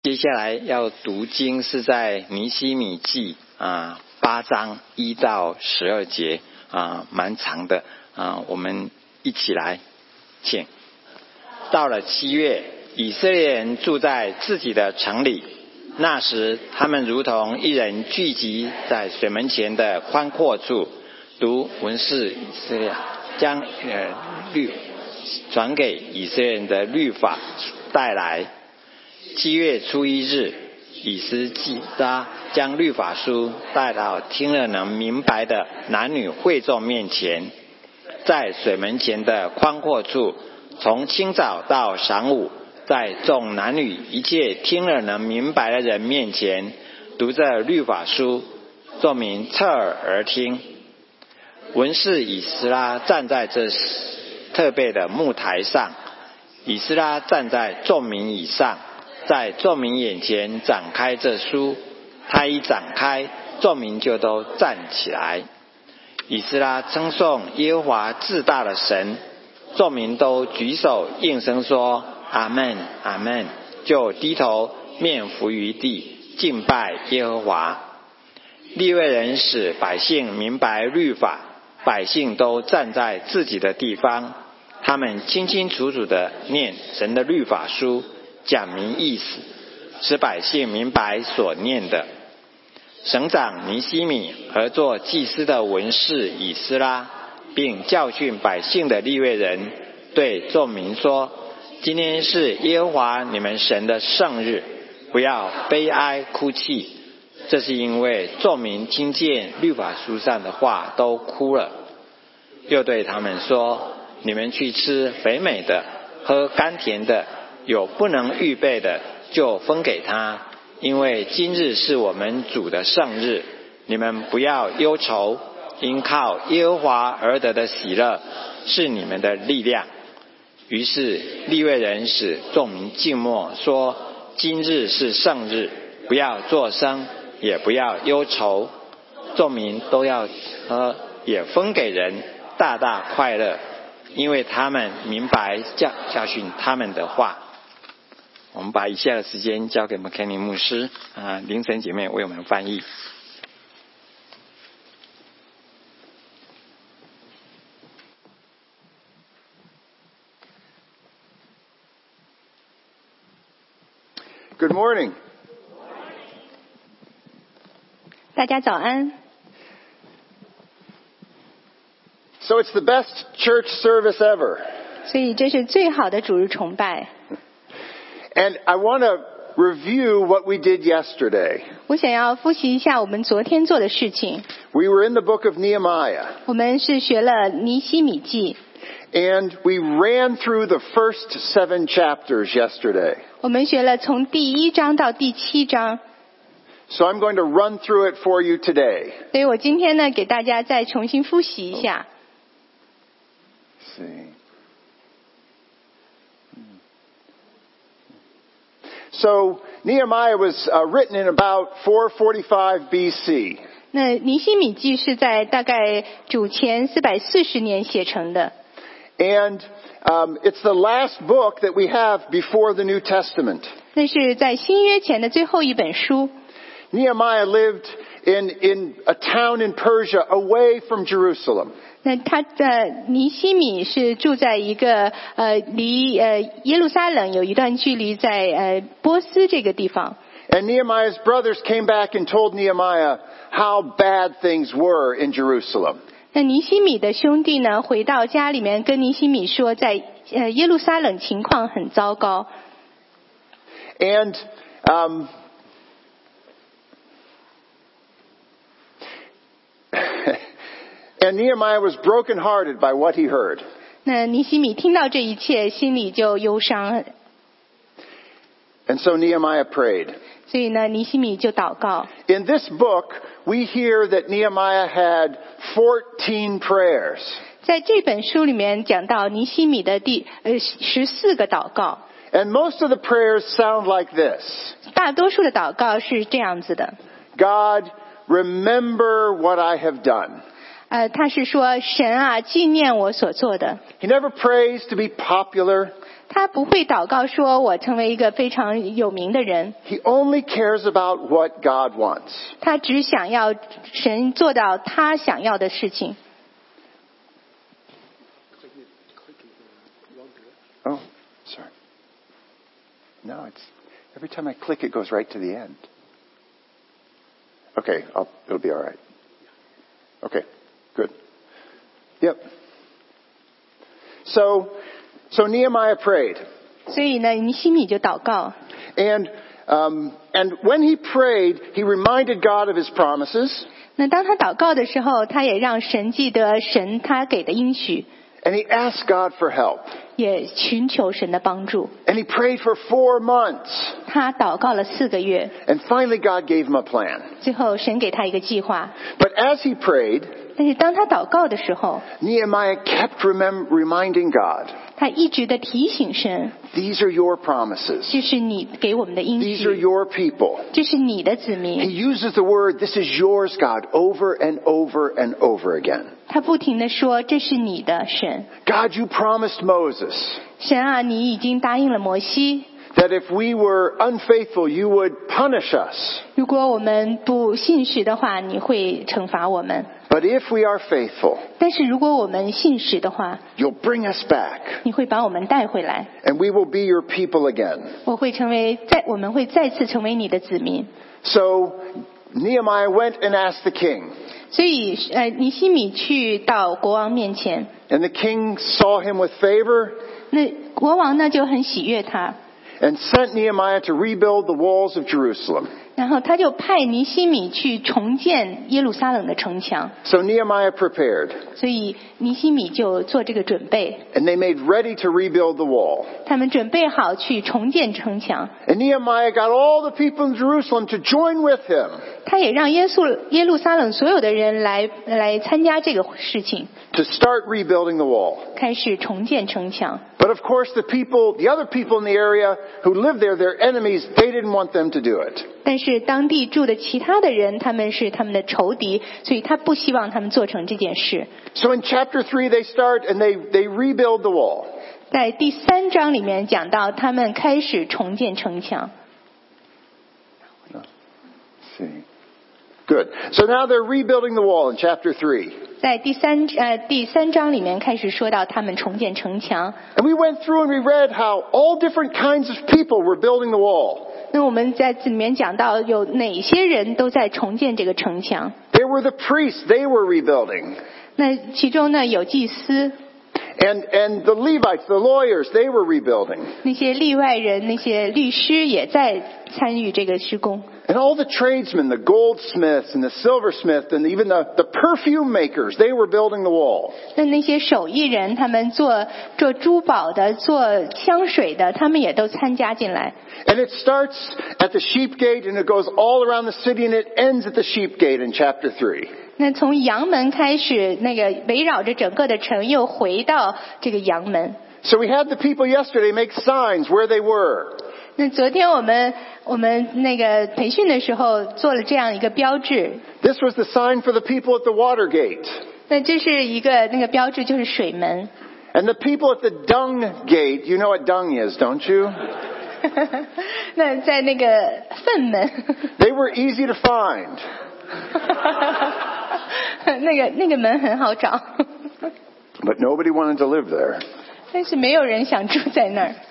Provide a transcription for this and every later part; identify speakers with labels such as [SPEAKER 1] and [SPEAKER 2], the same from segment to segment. [SPEAKER 1] 接下来要读经是在尼西米记啊八章一到十二节啊，蛮长的啊，我们一起来，请。到了七月，以色列人住在自己的城里，那时他们如同一人聚集在水门前的宽阔处，读文士以色列将呃律传给以色列人的律法带来。七月初一日，以斯基拉将律法书带到听了能明白的男女会众面前，在水门前的宽阔处，从清早到晌午，在众男女一切听了能明白的人面前，读着律法书，众民侧耳而听。文士以斯拉站在这特备的木台上，以斯拉站在众民以上。在众民眼前展开这书，他一展开，众民就都站起来。以斯拉称颂耶和华至大的神，众民都举手应声说：“阿门，阿门。”就低头面伏于地，敬拜耶和华。利未人使百姓明白律法，百姓都站在自己的地方，他们清清楚楚的念神的律法书。讲明意思，使百姓明白所念的。省长尼西米和做祭司的文士以斯拉，并教训百姓的立位人，对众民说：“今天是耶和华你们神的圣日，不要悲哀哭泣。”这是因为众民听见律法书上的话都哭了。又对他们说：“你们去吃肥美的，喝甘甜的。”有不能预备的，就分给他，因为今日是我们主的圣日。你们不要忧愁，因靠耶和华而得的喜乐是你们的力量。于是利未人使众民静默，说：今日是圣日，不要作声，也不要忧愁。众民都要喝，也分给人，大大快乐，因为他们明白教教训他们的话。我们把以下的时间交给麦肯尼牧师啊，凌晨姐妹为我们翻译。
[SPEAKER 2] Good morning.
[SPEAKER 3] 大家早安。
[SPEAKER 2] So it's the best church service ever.
[SPEAKER 3] 所以这是最好的主日崇拜。
[SPEAKER 2] And I want to review what we did yesterday.
[SPEAKER 3] 我想要复习一下我们昨天做的事情。
[SPEAKER 2] We were in the book of Nehemiah,
[SPEAKER 3] 我们是学了尼西米记，
[SPEAKER 2] and we ran through the first seven chapters yesterday.
[SPEAKER 3] 我们学了从第一章到第七章，
[SPEAKER 2] So I'm going to run through it for you today.
[SPEAKER 3] 所以我今天呢给大家再重新复习一下。
[SPEAKER 2] Let's see. So Nehemiah was uh, written in about 445 BC.
[SPEAKER 3] 那尼西米记是在大概主前四百四十年写成的，
[SPEAKER 2] And um, it's the last book that we have before the New Testament.
[SPEAKER 3] 那是在新约前的最后一本书。
[SPEAKER 2] Nehemiah lived in, in a town in Persia away from Jerusalem.
[SPEAKER 3] 那他的尼西米是住在一个呃离呃耶路撒冷有一段距离在呃波斯这个地方。
[SPEAKER 2] And Nehemiah's brothers came back and told Nehemiah how bad things were in Jerusalem.
[SPEAKER 3] 那尼西米的兄弟呢，回到家里面跟尼西米说，在呃耶路撒冷情况很糟糕。
[SPEAKER 2] And um, and Nehemiah was brokenhearted by what he heard.
[SPEAKER 3] 那尼西米听到这一切，心里就忧伤，
[SPEAKER 2] And so Nehemiah prayed.
[SPEAKER 3] 所以呢，尼西米就祷告。
[SPEAKER 2] In this book, we hear that Nehemiah had 14 prayers.
[SPEAKER 3] 在这本书里面讲到尼西米的第呃十四个祷告，
[SPEAKER 2] And most of the prayers sound like this
[SPEAKER 3] 大多数的祷告是这样子的：
[SPEAKER 2] God, remember what I have done.
[SPEAKER 3] 呃，他是说神啊，纪念我所做的。
[SPEAKER 2] He never prays to be popular.
[SPEAKER 3] 他不会祷告说我成为一个非常有名的人，
[SPEAKER 2] He only cares about what God wants.
[SPEAKER 3] 他只想要神做到他想要的事情。
[SPEAKER 2] Oh, sorry. No, it's every time I click, it goes right to the end. Okay, I'll, it'll be all right. Okay, good. Yep. So, so Nehemiah prayed,
[SPEAKER 3] 所以呢，尼西米就祷告，
[SPEAKER 2] and um, and when he prayed, he reminded God of his promises,
[SPEAKER 3] 那当他祷告的时候，他也让神记得神他给的应许，
[SPEAKER 2] and he asked God for help,
[SPEAKER 3] 也寻求神的帮助。
[SPEAKER 2] and he prayed for four months,
[SPEAKER 3] 他祷告了四个月，
[SPEAKER 2] and finally God gave him a plan.
[SPEAKER 3] 最后神给他一个计划。
[SPEAKER 2] But as he prayed,
[SPEAKER 3] 但是当他祷告的时候，
[SPEAKER 2] Nehemiah kept remem- reminding God,
[SPEAKER 3] 他一直的提醒神，
[SPEAKER 2] These are your promises.
[SPEAKER 3] 这是你给我们的应
[SPEAKER 2] These are
[SPEAKER 3] 许，
[SPEAKER 2] your people.
[SPEAKER 3] 这是你的子
[SPEAKER 2] He
[SPEAKER 3] 民。
[SPEAKER 2] uses the word, This is yours, God, over and over and over again.
[SPEAKER 3] 他不停的说，这是你的神。
[SPEAKER 2] God, you promised Moses
[SPEAKER 3] 神啊，你已经答应了摩西，
[SPEAKER 2] that if we were unfaithful, you would punish us.
[SPEAKER 3] 如果我们不信实的话，你会惩罚我们；
[SPEAKER 2] But if we are faithful,
[SPEAKER 3] 但是如果我们信实的话，
[SPEAKER 2] you'll bring us back,
[SPEAKER 3] 你会把我们带回来。
[SPEAKER 2] and we will be your people again.
[SPEAKER 3] 我会成为再，我们会再次成为你的子民。
[SPEAKER 2] So Nehemiah went and asked the king,
[SPEAKER 3] 所以，呃，尼西米去到国王面前，
[SPEAKER 2] and the king saw him with favor
[SPEAKER 3] 那国王呢就很喜悦他，
[SPEAKER 2] and sent Nehemiah to rebuild the walls of Jerusalem.
[SPEAKER 3] 然后他就派尼西米去重建耶路撒冷的城墙。
[SPEAKER 2] So Nehemiah prepared,
[SPEAKER 3] 所以，尼西米就做这个准备，
[SPEAKER 2] and they made ready to rebuild the wall.
[SPEAKER 3] 他们准备好去重建城墙。
[SPEAKER 2] And Nehemiah got all the people in Jerusalem to join with him
[SPEAKER 3] 他也让耶稣耶路撒冷所有的人来来参加这个事情，
[SPEAKER 2] to start rebuilding the wall.
[SPEAKER 3] 开始重建城墙。
[SPEAKER 2] But of course, the people, the other people in the area who lived there, their enemies, they didn't want them to do it.
[SPEAKER 3] 但是当地住的其他的人，他们是他们的仇敌，所以他不希望他们做成这件事。
[SPEAKER 2] So in chapter 3, they start and they, they rebuild the wall.
[SPEAKER 3] 在第三章里面讲到，他们开始重建城墙。
[SPEAKER 2] See. Good. So now they're rebuilding the wall in chapter 3.
[SPEAKER 3] 在第三呃第三章里面开始说到他们重建城墙。
[SPEAKER 2] And we went through and we read how all different kinds of people were building the wall.
[SPEAKER 3] 那我们在这里面讲到有哪些人都在重建这个城墙？
[SPEAKER 2] There were the priests, they were rebuilding.
[SPEAKER 3] 那其中呢有祭司，
[SPEAKER 2] And, and the Levites, the lawyers, they were rebuilding.
[SPEAKER 3] 那些例外人、那些律师也在参与这个施工。
[SPEAKER 2] And all the tradesmen, the goldsmiths and the silversmiths and even the, the perfume makers, they were building the wall.
[SPEAKER 3] 那那些手艺人，他们做做珠宝的、做香水的，他们也都参加进来。
[SPEAKER 2] And it starts at the sheep gate and it goes all around the city and it ends at the sheep gate in chapter 3.
[SPEAKER 3] 那从阳门开始，那个围绕着整个的城又回到这个阳门。
[SPEAKER 2] So we had the people yesterday make signs where they were.
[SPEAKER 3] 那昨天我们我们那个培训的时候做了这样一个标志，
[SPEAKER 2] This was the sign for the people at the water gate.
[SPEAKER 3] 那这是一个那个标志就是水门。
[SPEAKER 2] And the people at the dung gate, you know what dung is, don't you?
[SPEAKER 3] 那在那个粪门，
[SPEAKER 2] They were easy to find.
[SPEAKER 3] 那个那个门很好找，
[SPEAKER 2] But nobody wanted to live there.
[SPEAKER 3] 但是没有人想住在那儿。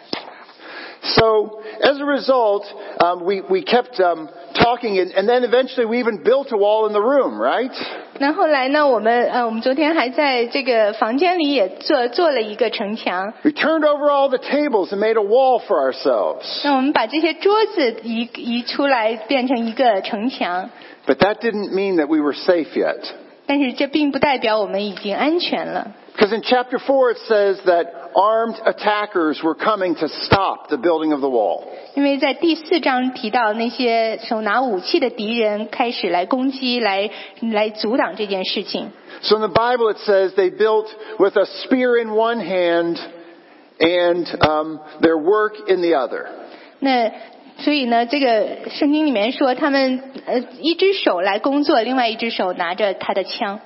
[SPEAKER 2] So as a result, um, we, we kept um, talking, and, and then eventually we even built a wall in the room, right?
[SPEAKER 3] 那后来呢？我们呃，我们昨天还在这个房间里也做做了一个城墙。
[SPEAKER 2] We turned over all the tables and made a wall for ourselves.
[SPEAKER 3] 那我们把这些桌子移移出来，变成一个城墙。
[SPEAKER 2] But that didn't mean that we were safe yet.
[SPEAKER 3] 但是这并不代表我们已经安全了，
[SPEAKER 2] Because in chapter 4 it says that armed attackers were coming to stop the building of the wall.
[SPEAKER 3] 因为在第四章提到那些手拿武器的敌人开始来攻击，来来阻挡这件事情。
[SPEAKER 2] So in the Bible it says they built with a spear in one hand and um, their work in the other.
[SPEAKER 3] 那所以呢，这个圣经里面说，他们呃一只手来工作，另外一只手拿着他的枪。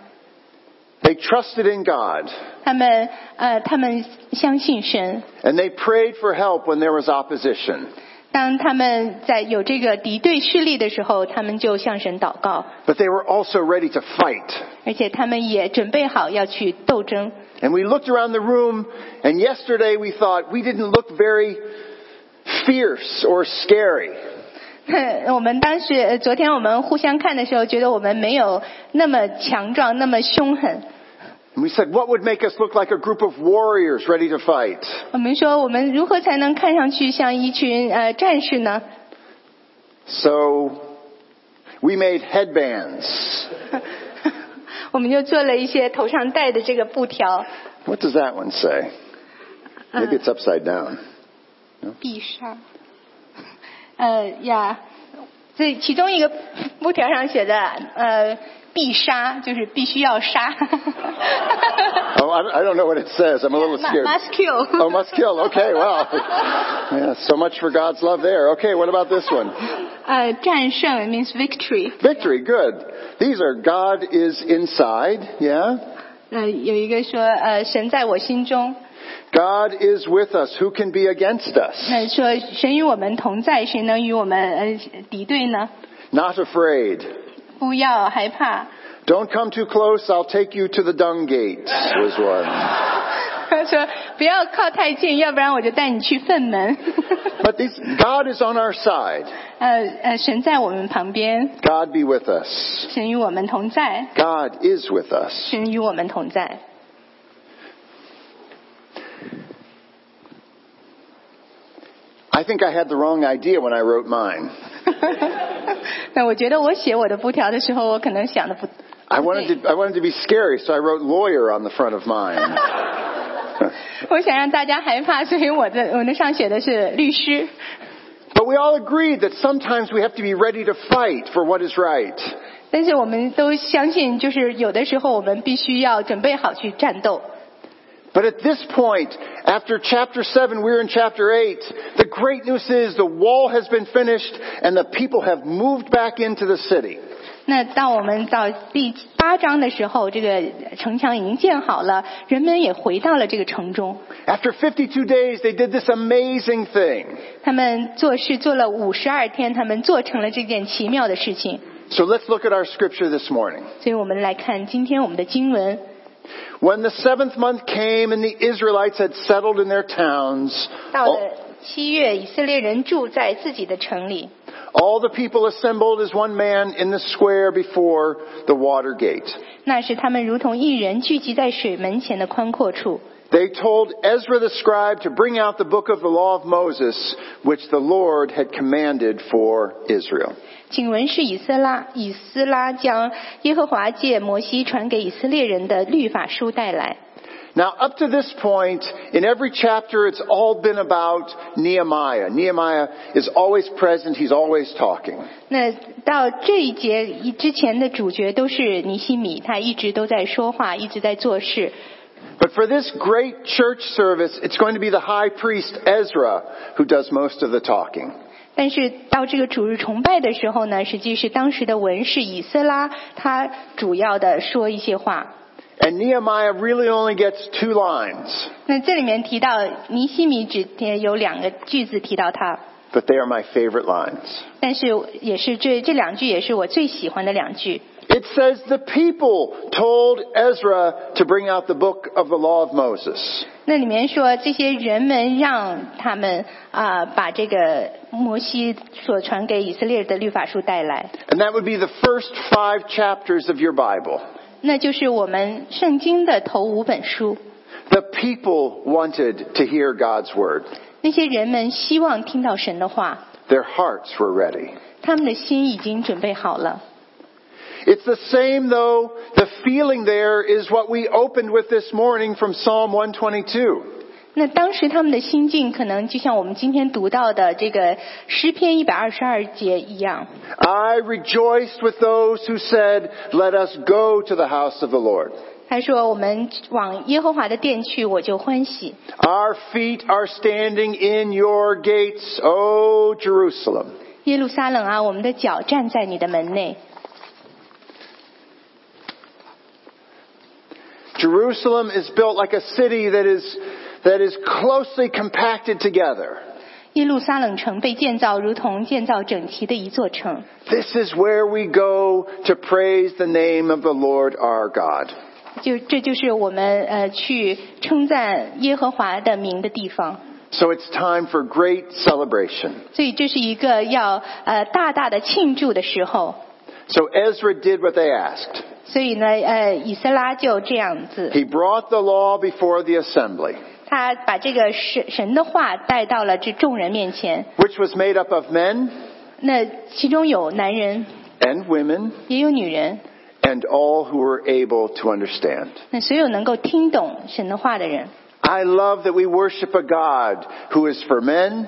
[SPEAKER 2] They trusted in God
[SPEAKER 3] 他们呃，他们相信神。
[SPEAKER 2] and they prayed for help when there was opposition.
[SPEAKER 3] 当他们在有这个敌对势力的时候，他们就向神祷告，
[SPEAKER 2] But they were also ready to fight.
[SPEAKER 3] 而且他们也准备好要去斗争。
[SPEAKER 2] And we looked around the room, and yesterday we thought we didn't look very fierce or scary.
[SPEAKER 3] 我们当时呃昨天我们互相看的时候，觉得我们没有那么强壮，那么凶狠。
[SPEAKER 2] And we said, what would make us look like a group of warriors ready to fight?
[SPEAKER 3] 我们说，我们如何才能看上去像一群呃战士呢？
[SPEAKER 2] So we made headbands.
[SPEAKER 3] 我们就做了一些头上戴的这个布条，
[SPEAKER 2] What does that one say? Maybe it's upside down.
[SPEAKER 3] 必杀。 呃呀，这其中一个 布条上写的呃必杀，就是必须要杀。
[SPEAKER 2] Oh, I I don't know what it says. I'm a little scared.
[SPEAKER 3] Must kill.
[SPEAKER 2] Oh, must kill. Okay, wow. Yeah, so much for God's love there. Okay, what about this one?
[SPEAKER 3] 呃，战胜 means victory。
[SPEAKER 2] Victory, good. These are God is inside, yeah?
[SPEAKER 3] 呃，有一个说呃神在我心中，
[SPEAKER 2] God is with us. Who can be against us?
[SPEAKER 3] 那说神与我们同在，谁能与我们呃敌对呢？
[SPEAKER 2] Not afraid.
[SPEAKER 3] 不要害怕，
[SPEAKER 2] Don't come too close. I'll take you to the dung gates, was one.
[SPEAKER 3] 他说不要靠太近，要不然我就带你去粪门。
[SPEAKER 2] But these, God is on our side.
[SPEAKER 3] 呃呃，神在我们旁边，
[SPEAKER 2] God be with us.
[SPEAKER 3] 神与我们同在，
[SPEAKER 2] God is with us.
[SPEAKER 3] 神与我们同在。
[SPEAKER 2] I think I had the wrong idea when I wrote mine.
[SPEAKER 3] 那我觉得我写我的布条的时候，我可能想的不，
[SPEAKER 2] I wanted to, I wanted to be scary, so I wrote lawyer on the front of mine.
[SPEAKER 3] 我想让大家害怕，所以我的 我的上写的是律师。
[SPEAKER 2] But we all agreed that sometimes we have to be ready to fight for what is right.
[SPEAKER 3] 但是我们都相信，就是有的时候我们必须要准备好去战斗。
[SPEAKER 2] But at this point, after chapter 7, we're in chapter 8, the great news is the wall has been finished and the people have moved back into the city.
[SPEAKER 3] 那当我们到第八章的时候，这个城墙已经建好了，人们也回到了这个城中。
[SPEAKER 2] After 52 days, they did this amazing thing.
[SPEAKER 3] 他们做事做了五十二天，他们做成了这件奇妙的事情。
[SPEAKER 2] So let's look at our scripture this morning.
[SPEAKER 3] 所以我们来看今天我们的经文。
[SPEAKER 2] When the seventh month came and the Israelites had settled in their towns,
[SPEAKER 3] 到了
[SPEAKER 2] all,
[SPEAKER 3] 七月，以色列人住在自己的城里，
[SPEAKER 2] all the people assembled as one man in the square before the water gate.
[SPEAKER 3] 那时他们如同一人聚集在水门前的宽阔处。
[SPEAKER 2] They told Ezra the scribe to bring out the book of the law of Moses, which the Lord had commanded for Israel.
[SPEAKER 3] 请文士以色拉以斯拉将耶和华借摩西传给以色列人的律法书带来。
[SPEAKER 2] Now, up to this point, in every chapter, it's all been about Nehemiah. Nehemiah is always present, he's always talking.
[SPEAKER 3] 那到这一节以之前的主角都是尼西米，他一直都在说话，一直在做事。
[SPEAKER 2] But for this great church service, it's going to be the high priest Ezra who does most of the talking.
[SPEAKER 3] 但是到这个主日崇拜的时候呢，实际是当时的文士以斯拉，他主要的说一些话。
[SPEAKER 2] And Nehemiah really only gets two lines,
[SPEAKER 3] 那这里面提到尼西米只呃有两个句子提到他，
[SPEAKER 2] but they are my favorite lines.
[SPEAKER 3] 但是也是这这两句也是我最喜欢的两句。
[SPEAKER 2] It says the people told Ezra to bring out the book of the law of Moses.
[SPEAKER 3] 那里面说，这些人们让他们啊、把这个摩西所传给以色列的律法书带来，
[SPEAKER 2] And that would be the first five chapters of your Bible.
[SPEAKER 3] 那就是我们圣经的头五本书。
[SPEAKER 2] The people wanted to hear God's word.
[SPEAKER 3] 那些人们希望听到神的话，
[SPEAKER 2] Their hearts were ready.
[SPEAKER 3] 他们的心已经准备好了。
[SPEAKER 2] It's the same though, the feeling there is what we opened with this morning from Psalm 122.
[SPEAKER 3] 那当时他们的心境，可能就像我们今天读到的这个诗篇一百二十二节一样。
[SPEAKER 2] I rejoiced with those who said, let us go to the house of the Lord.
[SPEAKER 3] 他说：“我们往耶和华的殿去，我就欢喜。
[SPEAKER 2] Our feet are standing in your gates, O Jerusalem.
[SPEAKER 3] 耶路撒冷啊，我们的脚站在你的门内。”
[SPEAKER 2] Jerusalem is built like a city that is, that is closely compacted together.
[SPEAKER 3] 耶路撒冷城被建造如同建造整齐的一座城，
[SPEAKER 2] This is where we go to praise the name of the Lord our God.
[SPEAKER 3] 就这就是我们呃去称赞耶和华的名的地方。
[SPEAKER 2] So it's time for great celebration.
[SPEAKER 3] 所以这是一个要呃大大的庆祝的时候。
[SPEAKER 2] So Ezra did what they asked.
[SPEAKER 3] 所以呢，呃，以斯拉就这样子，
[SPEAKER 2] He brought the law before the assembly,
[SPEAKER 3] 他把这个神神的话带到了这众人面前。
[SPEAKER 2] which was made up of men
[SPEAKER 3] 那其中有男人，
[SPEAKER 2] and women
[SPEAKER 3] 也有女人。
[SPEAKER 2] and all who were able to understand.
[SPEAKER 3] 那所有能够听懂神的话的人，
[SPEAKER 2] I love that we worship a God who is for men,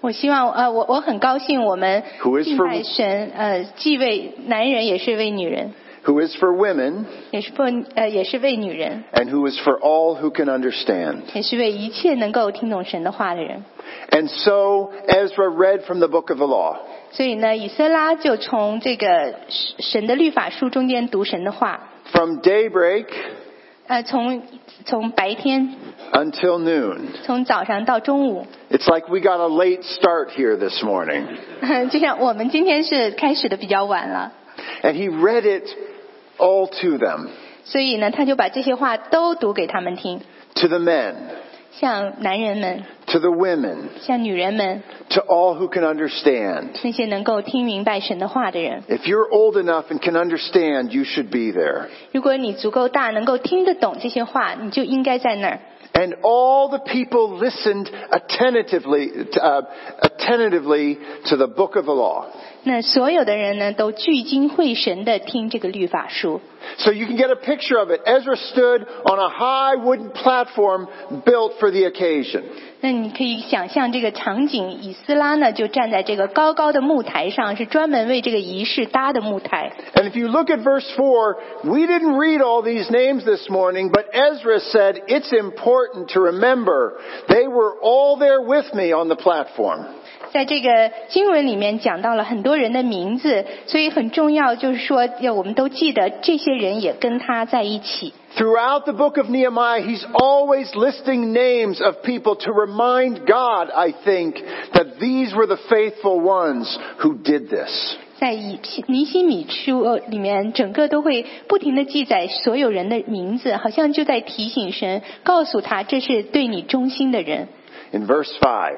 [SPEAKER 3] 我希望呃，我我很高兴我们
[SPEAKER 2] Who is
[SPEAKER 3] 敬
[SPEAKER 2] for-
[SPEAKER 3] 拜神，呃，既为男人也是为女人，
[SPEAKER 2] who is for women,
[SPEAKER 3] 也是不呃也是为女人，
[SPEAKER 2] and who is for all who can understand.
[SPEAKER 3] 也是为一切能够听懂神的话的人。
[SPEAKER 2] And so Ezra read from the book of the law.
[SPEAKER 3] 所以呢，以色拉就从这个神神的律法书中间读神的话，
[SPEAKER 2] From daybreak
[SPEAKER 3] 呃，从从白天，
[SPEAKER 2] until noon.
[SPEAKER 3] 从早上到中午，
[SPEAKER 2] It's like we got a late start here this morning.
[SPEAKER 3] 就像我们今天是开始的比较晚了，
[SPEAKER 2] And he read it all to them,
[SPEAKER 3] 所以呢，他就把这些话都读给他们听，
[SPEAKER 2] to the men,
[SPEAKER 3] 像男人们，
[SPEAKER 2] to the women,
[SPEAKER 3] 像女人们，
[SPEAKER 2] to all who can understand.
[SPEAKER 3] 那些能够听明白神的话的人。
[SPEAKER 2] If you're old enough and can understand, you should be there.
[SPEAKER 3] 如果你足够大，能够听得懂这些话，你就应该在那儿。
[SPEAKER 2] And all the people listened attentively, uh, attentively to the book of the law.
[SPEAKER 3] 那所有的人呢，都聚精会神的听这个律法书。
[SPEAKER 2] So you can get a picture of it. Ezra stood on a high wooden platform built for the occasion.
[SPEAKER 3] 那你可以想象这个场景，以斯拉呢就站在这个高高的木台上，是专门为这个仪式搭的木台。
[SPEAKER 2] And if you look at verse 4, we didn't read all these names this morning, but Ezra said it's important to remember they were all there with me on the platform.
[SPEAKER 3] 在这个经文里面讲到了很多人的名字，所以很重要，就是说要我们都记得这些人也跟他在一起。
[SPEAKER 2] Throughout the book of Nehemiah, he's always listing names of people to remind God, I think, that these were the faithful ones who did this.
[SPEAKER 3] 在以西尼西米书呃里面，整个都会不停的记载所有人的名字，好像就在提醒神，告诉他这是对你忠心的人。
[SPEAKER 2] In verse 5,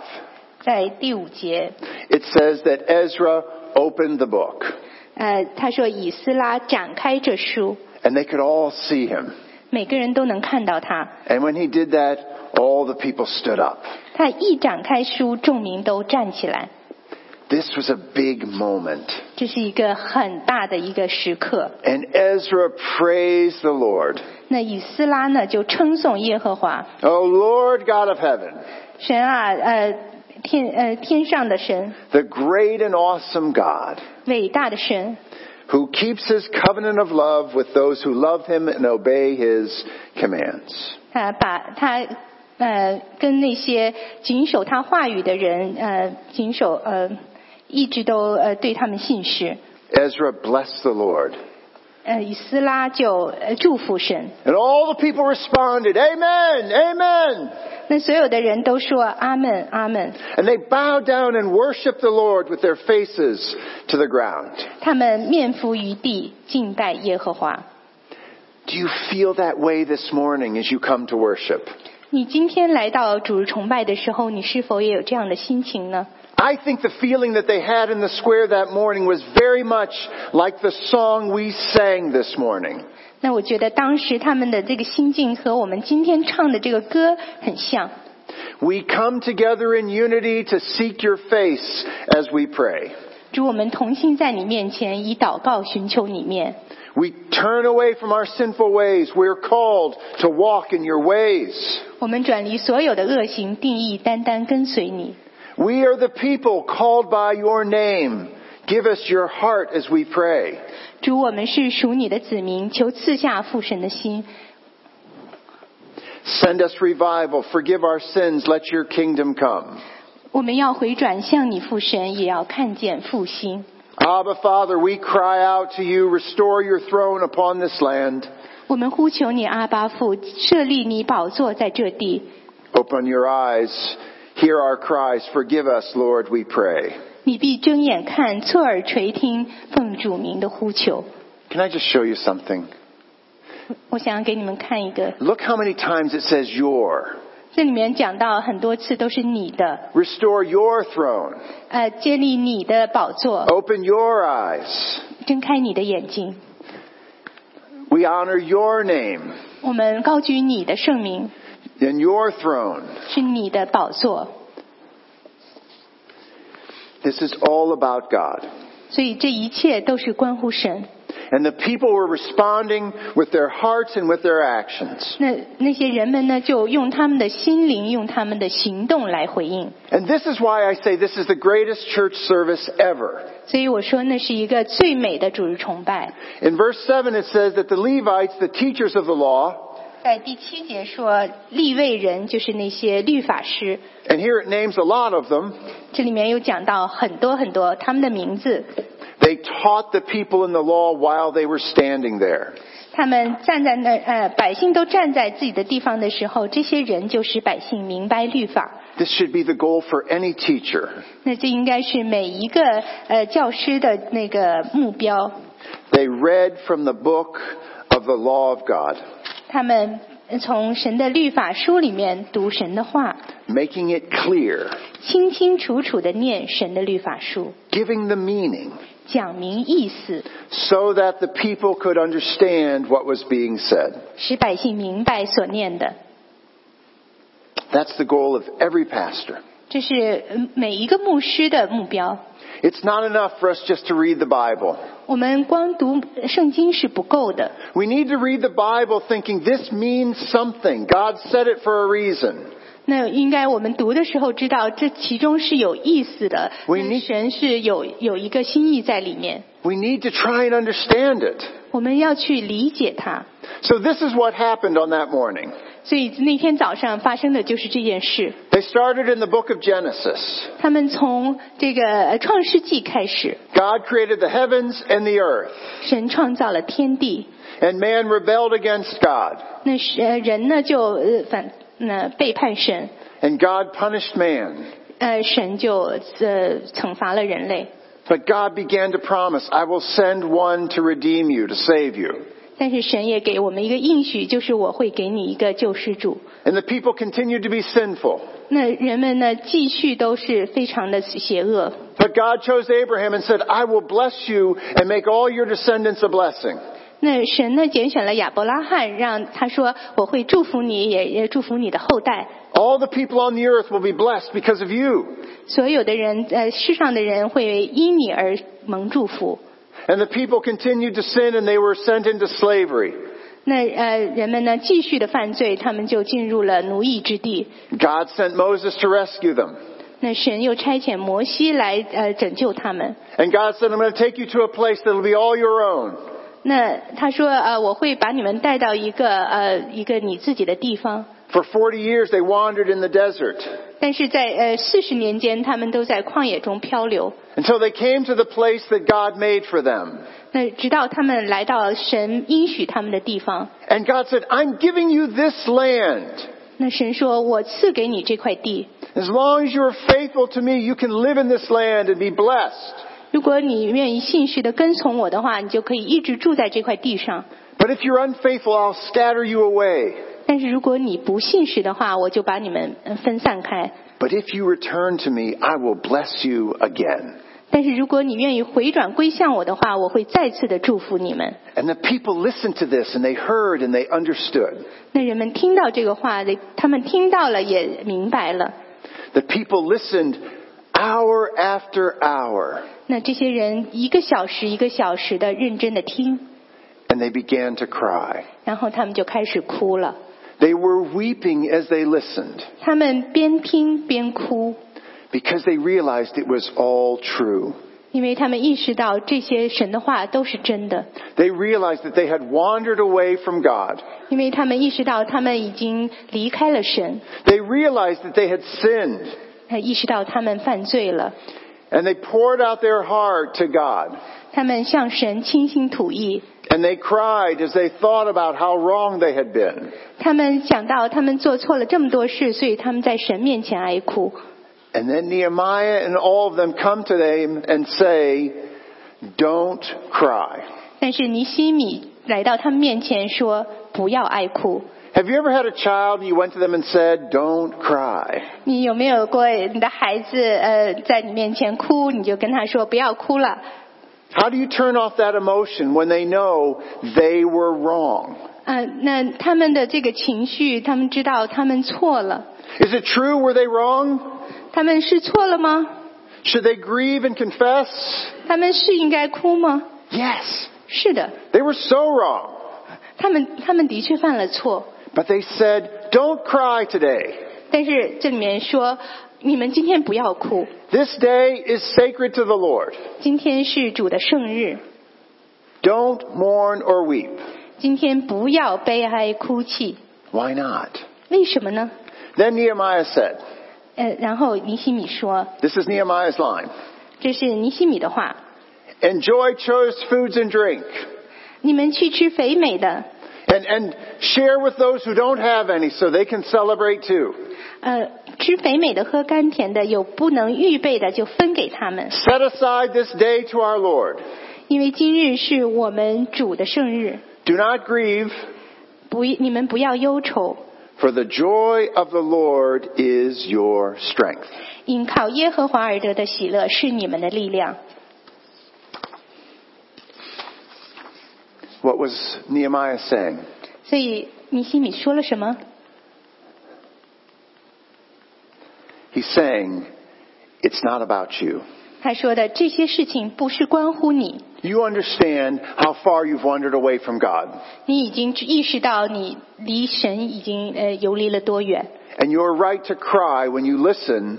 [SPEAKER 3] 在第五节，
[SPEAKER 2] it says that Ezra opened the book
[SPEAKER 3] 呃，他说以斯拉展开这书，
[SPEAKER 2] and they could all see him.
[SPEAKER 3] 每个人都能看到他。
[SPEAKER 2] And when he did that, all the people stood up.
[SPEAKER 3] 他一展开书，众民都站起来，
[SPEAKER 2] This was a big moment.
[SPEAKER 3] 这是一个很大的一个时刻。
[SPEAKER 2] And Ezra praised the Lord.
[SPEAKER 3] 那以斯拉呢，就称颂耶和华
[SPEAKER 2] O Lord God of heaven,
[SPEAKER 3] 神啊，呃，天呃天上的神，
[SPEAKER 2] the great and awesome God,
[SPEAKER 3] 伟大的神，
[SPEAKER 2] who keeps his covenant of love with those who love him and obey his commands.
[SPEAKER 3] 啊，把他呃跟那些谨守他话语的人，呃，谨守呃，一直都呃对他们信实。
[SPEAKER 2] Ezra blessed the Lord.
[SPEAKER 3] 呃，以斯拉就呃祝福神，
[SPEAKER 2] And all the people responded, Amen, Amen.
[SPEAKER 3] 那所有的人都说阿门阿门，
[SPEAKER 2] And they bowed down and worshiped the Lord with their faces to the ground.
[SPEAKER 3] 他们面伏于地敬拜耶和华。
[SPEAKER 2] Do you feel that way this morning as you come to worship?
[SPEAKER 3] 你今天来到主日崇拜的时候，你是否也有这样的心情呢？
[SPEAKER 2] I think the feeling that they had in the square that morning was very much like the song we sang this morning.
[SPEAKER 3] 那我觉得当时他们的这个心境和我们今天唱的这个歌很像。
[SPEAKER 2] We come together in unity to seek your face as we pray.
[SPEAKER 3] 主，我们同心在你面前，以祷告寻求你面。
[SPEAKER 2] We turn away from our sinful ways. We're called to walk in your ways.
[SPEAKER 3] 我们转离所有的恶行，定义单单跟随你。
[SPEAKER 2] We are the people called by your name. Give us your heart as we pray.
[SPEAKER 3] 主，我们是属你的子民，求赐下父神的心。
[SPEAKER 2] Send us revival. Forgive our sins. Let your kingdom come.
[SPEAKER 3] 我们要回转向你父神，也要看见复兴。
[SPEAKER 2] Abba, Father, we cry out to you, restore your throne upon this land.
[SPEAKER 3] 我们呼求你，阿巴父，设立你宝座在这地，
[SPEAKER 2] Open your eyes. Hear our cries. Forgive us, Lord, we pray.
[SPEAKER 3] 你必睁眼看，侧耳垂听，奉主名的呼求。
[SPEAKER 2] Can I just show you something?
[SPEAKER 3] 我想给你们看一个，
[SPEAKER 2] Look how many times it says your.
[SPEAKER 3] 这里面讲到很多次都是你的，
[SPEAKER 2] Restore your throne.
[SPEAKER 3] 呃，建立你的宝座，
[SPEAKER 2] Open your eyes.
[SPEAKER 3] 睁开你的眼睛，
[SPEAKER 2] We honor your name
[SPEAKER 3] 我们高举你的圣名，
[SPEAKER 2] and your throne.
[SPEAKER 3] 是你的宝座，
[SPEAKER 2] This is all about God.
[SPEAKER 3] 所以这一切都是关乎神。
[SPEAKER 2] And the people were responding with their hearts and with their actions.
[SPEAKER 3] 那那些人们呢，就用他们的心灵，用他们的行动来回应。
[SPEAKER 2] And this is why I say this is the greatest church service ever.
[SPEAKER 3] 所以我说，那是一个最美的主日崇拜。
[SPEAKER 2] In verse 7, it says that the Levites, the teachers of the law,
[SPEAKER 3] 在第七节说，立位人就是那些律法师，
[SPEAKER 2] and here it names a lot of them,
[SPEAKER 3] 这里面有讲到很多很多他们的名字。
[SPEAKER 2] they taught the people in the law while they were standing there.
[SPEAKER 3] 他们站在那儿呃，百姓都站在自己的地方的时候，这些人就使百姓明白律法。
[SPEAKER 2] This should be the goal for any teacher.
[SPEAKER 3] 那这应该是每一个呃教师的那个目标。
[SPEAKER 2] They read from the book of the law of God,
[SPEAKER 3] 他们呃从神的律法书里面读神的话，
[SPEAKER 2] making it clear,
[SPEAKER 3] 清清楚楚的念神的律法书，
[SPEAKER 2] giving the meaning,
[SPEAKER 3] 讲明意思，
[SPEAKER 2] so that the people could understand what was being said.
[SPEAKER 3] 使百姓明白所念的。
[SPEAKER 2] That's the goal of every pastor.
[SPEAKER 3] 这是嗯每一个牧师的目标。
[SPEAKER 2] It's not enough for us just to read the Bible.
[SPEAKER 3] 我们光读圣经是不够的，
[SPEAKER 2] We need to read the Bible thinking this means something. God said it for a reason.
[SPEAKER 3] 那应该我们读的时候知道这其中是有意思的，
[SPEAKER 2] We
[SPEAKER 3] 那
[SPEAKER 2] need-
[SPEAKER 3] 神是有有一个心意在里面，
[SPEAKER 2] We need to try and understand it.
[SPEAKER 3] 我们要去理解它。
[SPEAKER 2] So this is what happened on that morning.
[SPEAKER 3] 所以那天早上发生的就是这件事。
[SPEAKER 2] They started in the book of Genesis.
[SPEAKER 3] 他们从这个呃创世纪开始，
[SPEAKER 2] God created the heavens and the earth,
[SPEAKER 3] 神创造了天地，
[SPEAKER 2] and man rebelled against God,
[SPEAKER 3] 那是呃人呢就呃反那背叛神，
[SPEAKER 2] and God punished man.
[SPEAKER 3] 呃神就呃惩罚了人类。
[SPEAKER 2] But God began to promise, I will send one to redeem you, to save you.
[SPEAKER 3] 但是神也给我们一个应许，就是我会给你一个救世主。
[SPEAKER 2] And the people continued to be sinful.
[SPEAKER 3] 那人们呢，继续都是非常的邪恶。
[SPEAKER 2] But God chose Abraham and said, I will bless you and make all your descendants a blessing.
[SPEAKER 3] 那神呢，拣选了亚伯拉罕，让他说我会祝福你，也也祝福你的后代。
[SPEAKER 2] All the people on the earth will be blessed because of you.
[SPEAKER 3] 所有的人，呃，世上的人会因你而蒙祝福。
[SPEAKER 2] And the people continued to sin and they were sent into slavery.
[SPEAKER 3] 那呃，人们呢继续的犯罪，他们就进入了奴役之地。
[SPEAKER 2] God sent Moses to rescue them.
[SPEAKER 3] 那神又差遣摩西来呃拯救他们。
[SPEAKER 2] And God said, I'm going to take you to a place that'll be all your own.
[SPEAKER 3] 那他说呃，我会把你们带到一个呃一个你自己的地方。
[SPEAKER 2] For 40 years they wandered in the desert
[SPEAKER 3] 但是在呃四十年间，他们都在旷野中漂流。
[SPEAKER 2] until they came to the place that God made for them.
[SPEAKER 3] 那直到他们来到神应许他们的地方，
[SPEAKER 2] And God said, I'm giving you this land.
[SPEAKER 3] 那神说：“我赐给你这块地，
[SPEAKER 2] As long as you're faithful to me, you can live in this land and be blessed.
[SPEAKER 3] 如果你愿意信实的跟从我的话，你就可以一直住在这块地上。
[SPEAKER 2] But if you're unfaithful, I'll scatter you away.
[SPEAKER 3] 但是如果你不信实的话，我就把你们呃分散开。
[SPEAKER 2] But if you return to me, I will bless you again.
[SPEAKER 3] 但是如果你愿意回转归向我的话，我会再次的祝福你们。
[SPEAKER 2] And the people listened to this and they heard and they understood. ”
[SPEAKER 3] 那人们听到这个话，的他们听到了也明白了。
[SPEAKER 2] The people listened hour after hour
[SPEAKER 3] 那这些人一个小时一个小时的认真的听，
[SPEAKER 2] and they began to cry.
[SPEAKER 3] 然后他们就开始哭了。
[SPEAKER 2] They were weeping as they listened
[SPEAKER 3] 他们边听边哭，
[SPEAKER 2] because they realized it was all true.
[SPEAKER 3] 因为他们意识到这些神的话都是真的，
[SPEAKER 2] They realized that they had wandered away from God.
[SPEAKER 3] 因为他们意识到他们已经离开了神，
[SPEAKER 2] They realized that they had sinned
[SPEAKER 3] 呃意识到他们犯罪了。
[SPEAKER 2] And they poured out their heart to God.
[SPEAKER 3] 他们向神倾心吐意，
[SPEAKER 2] And they cried as they thought about how wrong they had been.
[SPEAKER 3] 他们想到他们做错了这么多事，所以他们在神面前哀哭。
[SPEAKER 2] And then Nehemiah and all of them come to them and say, Don't cry.
[SPEAKER 3] 但是尼西米来到他们面前说：“不要哀哭。
[SPEAKER 2] Have you ever had a child and you went to them and said, Don't cry? ”
[SPEAKER 3] 你有没有过你的孩子呃在你面前哭，你就跟他说不要哭了？
[SPEAKER 2] How do you turn off that emotion when they know they were wrong?
[SPEAKER 3] 嗯、那他们的这个情绪，他们知道他们错了，
[SPEAKER 2] Is it true? Were they wrong?
[SPEAKER 3] 他们是错了吗？
[SPEAKER 2] Should they grieve and confess?
[SPEAKER 3] 他们是应该哭吗？
[SPEAKER 2] Yes.
[SPEAKER 3] 是的，
[SPEAKER 2] They were so wrong.
[SPEAKER 3] 他们他们的确犯了错，
[SPEAKER 2] But they said, Don't cry today.
[SPEAKER 3] 但是这里面说你们今天不要哭，
[SPEAKER 2] This day is sacred to the Lord.
[SPEAKER 3] 今天是主的圣日，
[SPEAKER 2] Don't mourn or weep.
[SPEAKER 3] 今天不要悲哀哭泣，
[SPEAKER 2] Why not?
[SPEAKER 3] 为什么呢？
[SPEAKER 2] Then Nehemiah said,
[SPEAKER 3] 呃，然后尼西米说，
[SPEAKER 2] This is Nehemiah's line.
[SPEAKER 3] 这是尼西米的话：
[SPEAKER 2] Enjoy choice foods and drink,
[SPEAKER 3] 你们去吃肥美的，
[SPEAKER 2] and, and share with those who don't have any so they can celebrate too.
[SPEAKER 3] 呃，吃肥美的，喝甘甜的，有不能预备的就分给他们，
[SPEAKER 2] Set aside this day to our Lord.
[SPEAKER 3] 因为今日是我们主的圣日，
[SPEAKER 2] Do not grieve,
[SPEAKER 3] 不，你们不要忧愁，
[SPEAKER 2] for the joy of the Lord is your strength.
[SPEAKER 3] 因靠耶和华而得的喜乐是你们的力量。
[SPEAKER 2] What was Nehemiah saying?
[SPEAKER 3] 所以尼西米说了什么？
[SPEAKER 2] He's saying, It's not about you.
[SPEAKER 3] 他说的这些事情不是关乎你，
[SPEAKER 2] You understand how far you've wandered away from God,
[SPEAKER 3] 你已经意识到你离神已经呃游离了多远，
[SPEAKER 2] and your right to cry when you listen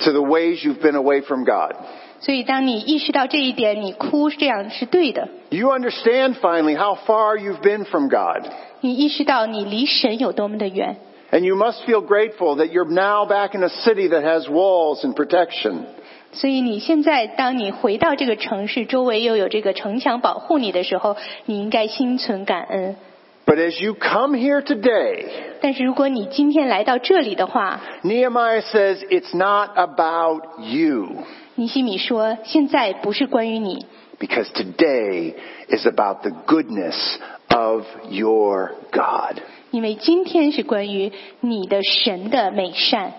[SPEAKER 2] to the ways you've been away from God.
[SPEAKER 3] 所以当你意识到这一点，你哭这样是对的。
[SPEAKER 2] You understand finally how far you've been from God,
[SPEAKER 3] 你意识到你离神有多么的远，
[SPEAKER 2] and you must feel grateful that you're now back in a city that has walls and protection.
[SPEAKER 3] 所以你现在当你回到这个城市，周围又有这个城墙保护你的时候，你应该心存感恩。
[SPEAKER 2] But as you come here today,
[SPEAKER 3] 但是如果你今天来到这里的话，
[SPEAKER 2] Nehemiah says it's not about you,
[SPEAKER 3] 尼西米说，现在不是关于你，
[SPEAKER 2] because today is about the goodness of your God.
[SPEAKER 3] 因为今天是关于你的神的美善。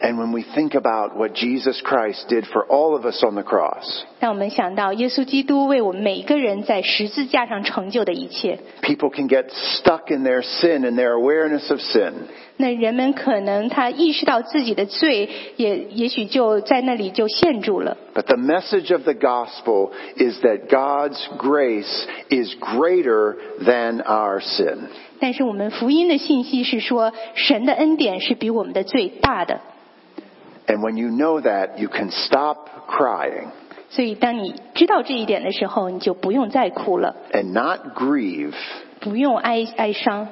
[SPEAKER 2] And when we think about what Jesus Christ did for all of us on the cross,
[SPEAKER 3] 让我们想到耶稣基督为我们每一个人在十字架上成就的一切，
[SPEAKER 2] people can get stuck in their sin and their awareness of sin.
[SPEAKER 3] 那人们可能他意识到自己的罪，也也许就在那里就陷住了。
[SPEAKER 2] But the message of the gospel is that God's grace is greater than our sin.
[SPEAKER 3] 但是我们福音的信息是说，神的恩典是比我们的罪大的。
[SPEAKER 2] And when you know that, you can stop crying
[SPEAKER 3] 所以，当你知道这一点的时候，你就不用再哭了，
[SPEAKER 2] and not grieve
[SPEAKER 3] 不用哀哀伤。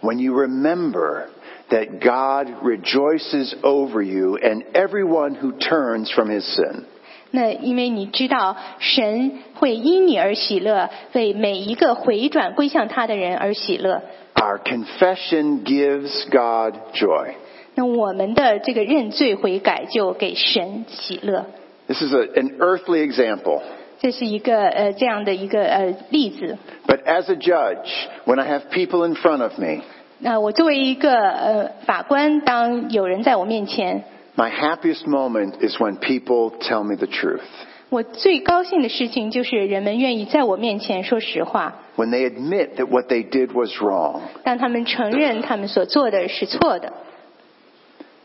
[SPEAKER 2] when you remember that God rejoices over you and everyone who turns from his sin.
[SPEAKER 3] 那因为你知道，神会因你而喜乐，为每一个回转归向他的人而喜乐。
[SPEAKER 2] Our confession gives God joy.
[SPEAKER 3] 那我们的这个认罪悔改就给神喜乐。
[SPEAKER 2] This is a, an earthly example.
[SPEAKER 3] 这是一个呃这样的一个呃例子。
[SPEAKER 2] But as a judge, when I have people in front of me,
[SPEAKER 3] 那我作为一个呃法官，当有人在我面前，
[SPEAKER 2] My happiest moment is when people tell me the truth,
[SPEAKER 3] 我最高兴的事情就是人们愿意在我面前说实话，
[SPEAKER 2] when they admit that what they did was wrong.
[SPEAKER 3] 让他们承认他们所做的是错的。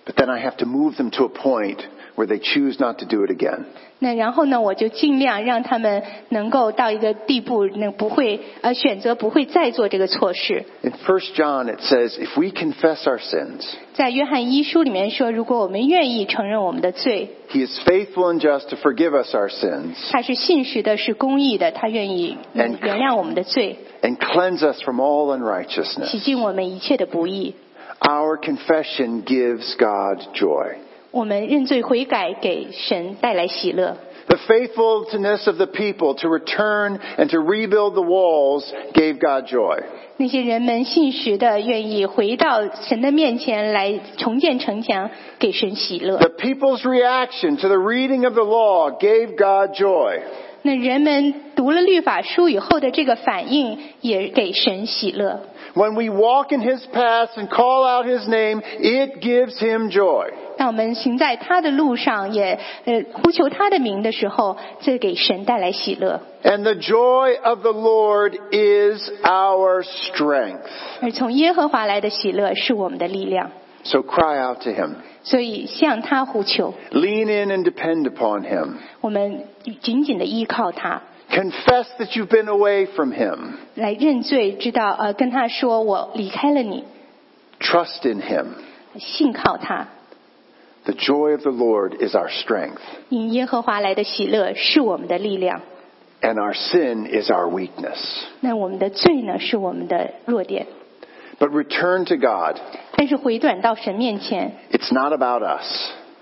[SPEAKER 2] But then I have to move them to a point where they choose not to do it again.
[SPEAKER 3] 那然后呢，我就尽量让他们能够到一个地步，那不会呃选择不会再做这个错事。
[SPEAKER 2] In 1 John, it says, if we confess our sins,
[SPEAKER 3] 在约翰一书里面说，如果我们愿意承认我们的罪，
[SPEAKER 2] he is faithful and just to forgive us our sins
[SPEAKER 3] 他是信实的，是公义的，他愿意嗯
[SPEAKER 2] And-
[SPEAKER 3] 原谅我们的罪，
[SPEAKER 2] and cleanse us from all
[SPEAKER 3] 洗
[SPEAKER 2] unrighteousness.
[SPEAKER 3] 净我们一切的不义。
[SPEAKER 2] Our confession gives God joy.
[SPEAKER 3] 我们认罪悔改，给神带来喜乐。
[SPEAKER 2] The faithfulness of the people to return and to rebuild the walls gave God joy.
[SPEAKER 3] 那些人们信实的愿意回到神的面前来重建城墙，给神喜乐。
[SPEAKER 2] The people's reaction to the reading of the law gave God joy.
[SPEAKER 3] 那人们读了律法书以后的这个反应，也给神喜乐。
[SPEAKER 2] When we walk in His paths and call out His name, it gives Him joy.
[SPEAKER 3] 当我们行在他的路上，也呃呼求他的名的时候，这给神带来喜乐。
[SPEAKER 2] And the joy of the Lord is our strength.
[SPEAKER 3] 而从耶和华来的喜乐是我们的力量，
[SPEAKER 2] So cry out to Him.
[SPEAKER 3] 所以向他呼求，
[SPEAKER 2] Lean in and depend upon Him.
[SPEAKER 3] 我们紧紧的依靠他，
[SPEAKER 2] Confess that you've been away from Him.
[SPEAKER 3] 来认罪，知道呃跟他说我离开了你，
[SPEAKER 2] Trust in Him.
[SPEAKER 3] 信靠他。
[SPEAKER 2] The joy of the Lord is our strength,
[SPEAKER 3] 因耶和华来的喜乐是我们的力量，
[SPEAKER 2] and our sin is our weakness.
[SPEAKER 3] 那我们的罪呢是我们的弱点。
[SPEAKER 2] But return to God.
[SPEAKER 3] 但是回转到神面前，
[SPEAKER 2] It's not about us.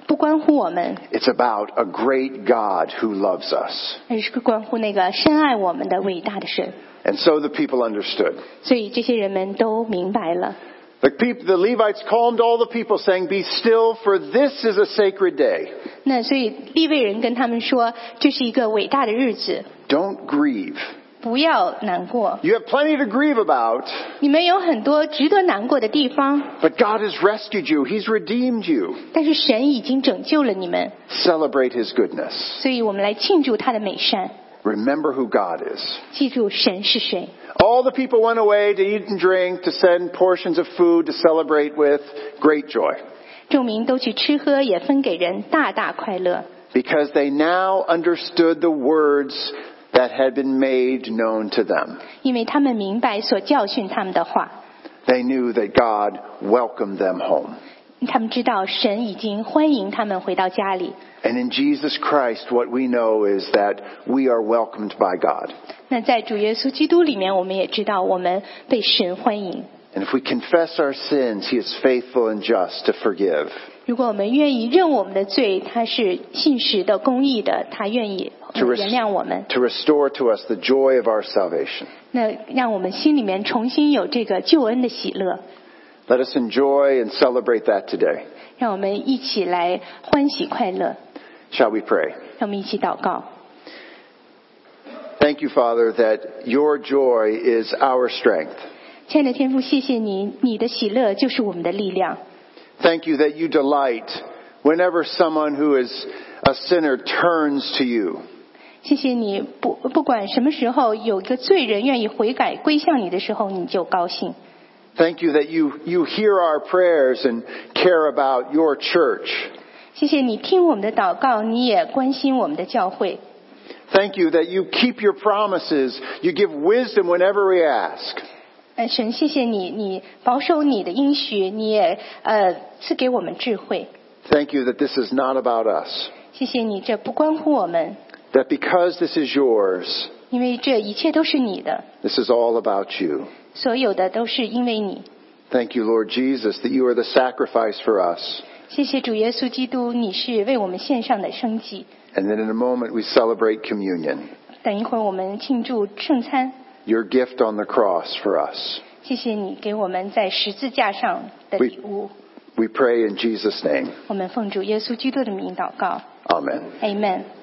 [SPEAKER 3] 不关乎我们，
[SPEAKER 2] It's about a great God who loves us.
[SPEAKER 3] 而是关乎那个深爱我们的伟大的神。
[SPEAKER 2] And so the people understood.
[SPEAKER 3] 所以这些人们都明白了。
[SPEAKER 2] The, peop the Levites calmed all the people, saying, Be still, for this is a sacred day.
[SPEAKER 3] 那所以利未人跟他们说，这是一个伟大的日子，
[SPEAKER 2] Don't grieve.
[SPEAKER 3] 不要难过。
[SPEAKER 2] You have plenty to grieve about,
[SPEAKER 3] 你们有很多值得难过的地方，
[SPEAKER 2] but God has rescued you. He's redeemed you.
[SPEAKER 3] 但是神已经拯救了你们，
[SPEAKER 2] Celebrate His goodness.
[SPEAKER 3] 所以我们来庆祝他的美善，
[SPEAKER 2] Remember who God is.
[SPEAKER 3] 记住神是谁。
[SPEAKER 2] All the people went away to eat and drink, to send portions of food to celebrate with great joy,
[SPEAKER 3] 众民都去吃喝，也分给人，大大快乐，
[SPEAKER 2] because they now understood the words that had been made known to them.
[SPEAKER 3] 因为他们明白所教训他们的话，
[SPEAKER 2] They knew that God welcomed them home.
[SPEAKER 3] 他们知道神已经欢迎他们回到家里。
[SPEAKER 2] And in Jesus Christ, what we know is that we are welcomed by God.
[SPEAKER 3] 那在主耶稣基督里面，我们也知道我们被神欢迎。
[SPEAKER 2] And if we confess our sins, He is faithful and just to forgive
[SPEAKER 3] 如果我们愿意认我们的罪，他是信实的、公义的，他愿意
[SPEAKER 2] to,
[SPEAKER 3] 呃
[SPEAKER 2] res-
[SPEAKER 3] 原谅我们，
[SPEAKER 2] to restore to us the joy of our salvation.
[SPEAKER 3] 那让我们心里面重新有这个救恩的喜乐。
[SPEAKER 2] Let us enjoy and celebrate that today.
[SPEAKER 3] 让我们一起来欢喜快乐，
[SPEAKER 2] Shall we pray?
[SPEAKER 3] 让我们一起祷告。
[SPEAKER 2] Thank you, Father, that your joy is our strength.
[SPEAKER 3] 亲爱的天父，谢谢你，你的喜乐就是我们的力量。
[SPEAKER 2] Thank you that you delight whenever someone who is a sinner turns to you.
[SPEAKER 3] 谢谢你不不管什么时候有一个罪人愿意悔改归向你的时候，你就高兴。
[SPEAKER 2] Thank you that you, you hear our prayers and care about your church.
[SPEAKER 3] 谢谢你听我们的祷告，你也关心我们的教会。
[SPEAKER 2] Thank you that you keep your promises. You give wisdom whenever we ask.
[SPEAKER 3] 呃，神，谢谢你，你保守你的应许，你也呃赐给我们智慧。
[SPEAKER 2] Thank you that this is not about us.
[SPEAKER 3] 谢谢你，这不关乎我们，
[SPEAKER 2] That because this is yours,
[SPEAKER 3] 因为这一切都是你的，
[SPEAKER 2] this is all about you.
[SPEAKER 3] 所有的都是因为你。
[SPEAKER 2] Thank you, Lord Jesus, that you are the sacrifice for us.
[SPEAKER 3] 谢谢主耶稣基督，你是为我们献上的生祭。
[SPEAKER 2] And then in a moment we celebrate communion,
[SPEAKER 3] 等一会儿我们庆祝圣餐，
[SPEAKER 2] your gift on the cross for us.
[SPEAKER 3] 谢谢你给我们在十字架上的礼物。
[SPEAKER 2] We pray in Jesus' name.
[SPEAKER 3] 我们奉主耶稣基督的名祷告
[SPEAKER 2] Amen.
[SPEAKER 3] ，Amen。